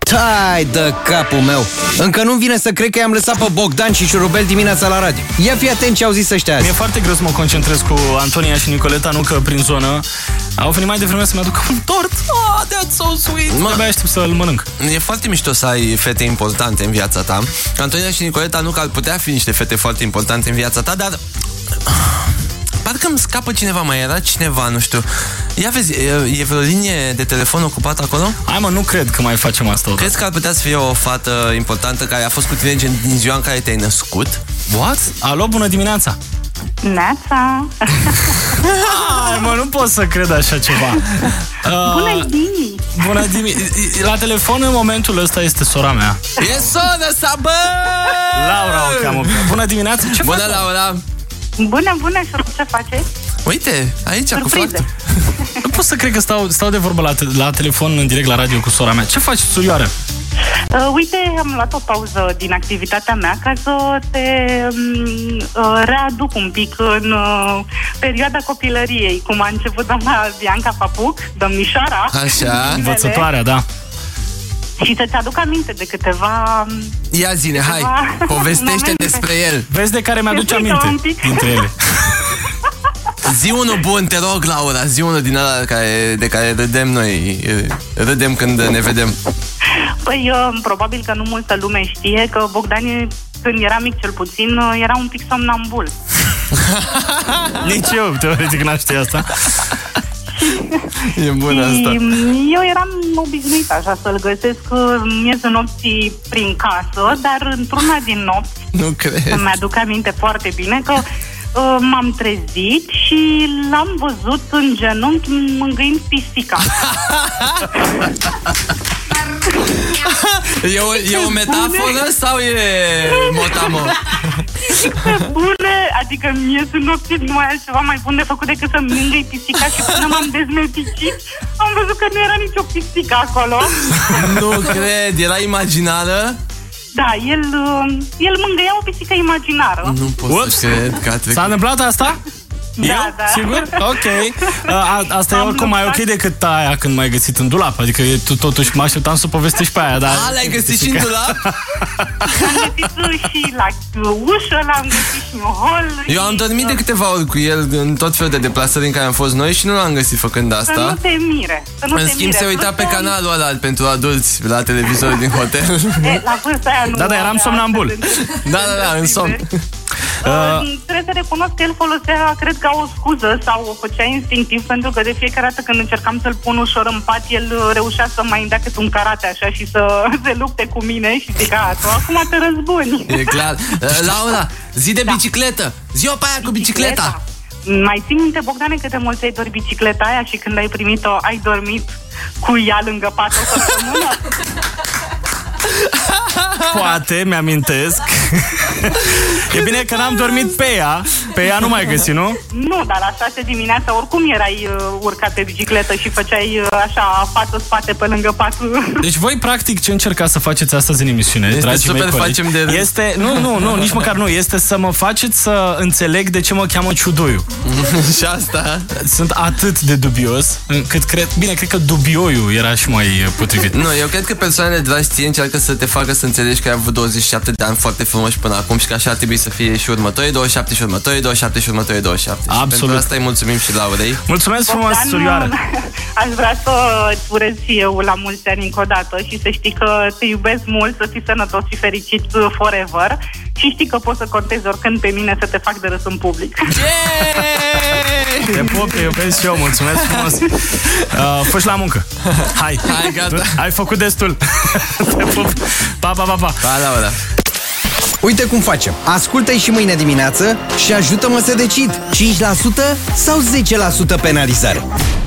Tai de capul meu! Încă nu-mi vine să cred că i-am lăsat pe Bogdan și Șurubel dimineața la radio. Ia fi atent ce au zis ăștia azi. Mi-e foarte greu să mă concentrez cu Antonia și Nicoleta, nu că prin zonă. Au venit mai devreme să-mi aducă un tort. Oh, that's so sweet! Mă. Mă. Abia aștept să-l mănânc. E foarte mișto să ai fete importante în viața ta. Antonia și Nicoleta nu că ar putea fi niște fete foarte importante în viața ta, dar... ah, Parcă îmi scapă cineva, mai era cineva, nu știu. Ia vezi, e, e vreo linie de telefon ocupată acolo? Hai mă, nu cred că mai facem asta. Cred... Crezi că ar putea să fie o fată importantă care a fost cu tine gen din ziua în care te-ai născut? What? Alo, bună dimineața! Neața! Hai mă, nu pot să cred așa ceva. Uh, Bună zi! Bună dimineața! La telefon în momentul ăsta este sora mea. E sonă, sabă! Laura o cheamă. Bună dimineața! Ce Bună, faci? Laura! Bună, bună, și ce faceți? Uite, aici, cu Surprize. faptul. Nu pot să cred că stau, stau de vorbă la, te- la telefon în direct la radio cu sora mea. Ce faci, surioară? Uh, uite, am luat o pauză din activitatea mea ca să te um, uh, readuc un pic în uh, perioada copilăriei, cum a început doamna Bianca Papuc, domnișoara. Așa. Învățătoarea, da. Și să-ți aduc aminte de câteva... um, Ia zine, hai, Ceva. povestește Momente. despre el. Vezi de care mi-aduce Explică-mă un aminte pic. dintre ele. Zi unul bun, te rog, Laura, zi unul din ăla care, de care râdem noi. Râdem când ne vedem. Păi, uh, probabil că nu multă lume știe că Bogdan, e- când era mic cel puțin, uh, era un pic somnambul. Nici eu, teoretic, n-aș ști asta. E bun asta. Și eu eram obișnuită așa să-l găsesc uh, miezul nopții prin casă, dar într-una din nopți Nu cred. Îmi aduc aminte foarte bine că uh, m-am trezit și l-am văzut în genunchi mângâind pisica. E o, e o metaforă sau e motamo? Pe bune, adică mie sunt nopții, nu mai altceva mai bun de făcut decât să mângâi pisica și până m-am dezmeticit, am văzut că nu era nicio pisică acolo. Nu cred, era imaginară? Da, el, uh, el mângâia o pisică imaginară. Nu pot Ups. să cred că a S-a trecut. întâmplat asta? Da, eu? da. Sigur? Ok. A, a, asta e Am oricum mai ok luptat. decât aia când m-ai găsit în dulap. Adică e- tu totuși mă așteptam să o povestești pe aia, dar... A, l-ai găsit și în dulap? Am găsit uh, și la uh, ușă, l-am găsit și în hol. Eu am și, dormit de uh, câteva ori cu el în tot felul de deplasări în care am fost noi și nu l-am găsit făcând Să nu asta. te mire. Să nu În te schimb, mire. se uita pe Vârsta- canalul ăla pentru adulți la televizor din hotel. E, la vârsta aia nu Da, da, eram avea somnambul. astfel de- Da, da, da, în somn. Uh, trebuie să recunosc că el folosea, cred că, o scuză sau o făcea instinctiv, pentru că de fiecare dată când încercam să-l pun ușor în pat, el uh, reușea să mai dea cât un carate așa și să se lupte cu mine și zic, a, tu acum te răzbuni. E clar. Laura, zi Da. de bicicletă. Zi-o pe aia cu bicicleta. Mai ții minte, Bogdane, cât de mult ai dorit bicicleta aia și când ai primit-o, ai dormit cu ea lângă pat o săptămână? Poate, mi-amintesc. e bine că n-am dormit pe ea. Pe ea nu mai găsi, nu? Nu, dar la 6 dimineața oricum erai uh, urcat pe bicicletă și făceai uh, așa față-spate pe lângă pat. Deci voi, practic, ce încercați să faceți astăzi în emisiune, Este dragii super, mei colegi, facem de râs. este, nu, nu, nu, nici măcar nu, este să mă faceți să înțeleg de ce mă cheamă Ciudoiu. și asta. Sunt atât de dubios, încât cred, bine, cred că Dubioiu era și mai eh, potrivit. Nu, eu cred că persoanele dragi ție încearcă să te facă să înțelegi că ai avut 27 de ani foarte frumoși până acum și că așa ar trebui să fie și următorii 27 și următorii 27 și următorii 27. Și Absolut. Pentru asta îi mulțumim și Laurei. Mulțumesc frumos, Bogdan, surioară. Aș vrea să îți urez și eu la mulți ani încă o dată și să știi că te iubesc mult, să fii sănătos și fericit uh, forever și știi că poți să contezi oricând pe mine să te fac de râs în public. Te pup, te iubesc și eu, mulțumesc frumos. Uh, fă și la muncă. Hai. Hai, gata. Ai făcut destul. Te pup. Pa, pa, pa, pa. Pa, Laura. Uite cum facem. Ascultă-i și mâine dimineață și ajută-mă să decid. 5% sau 10% penalizare.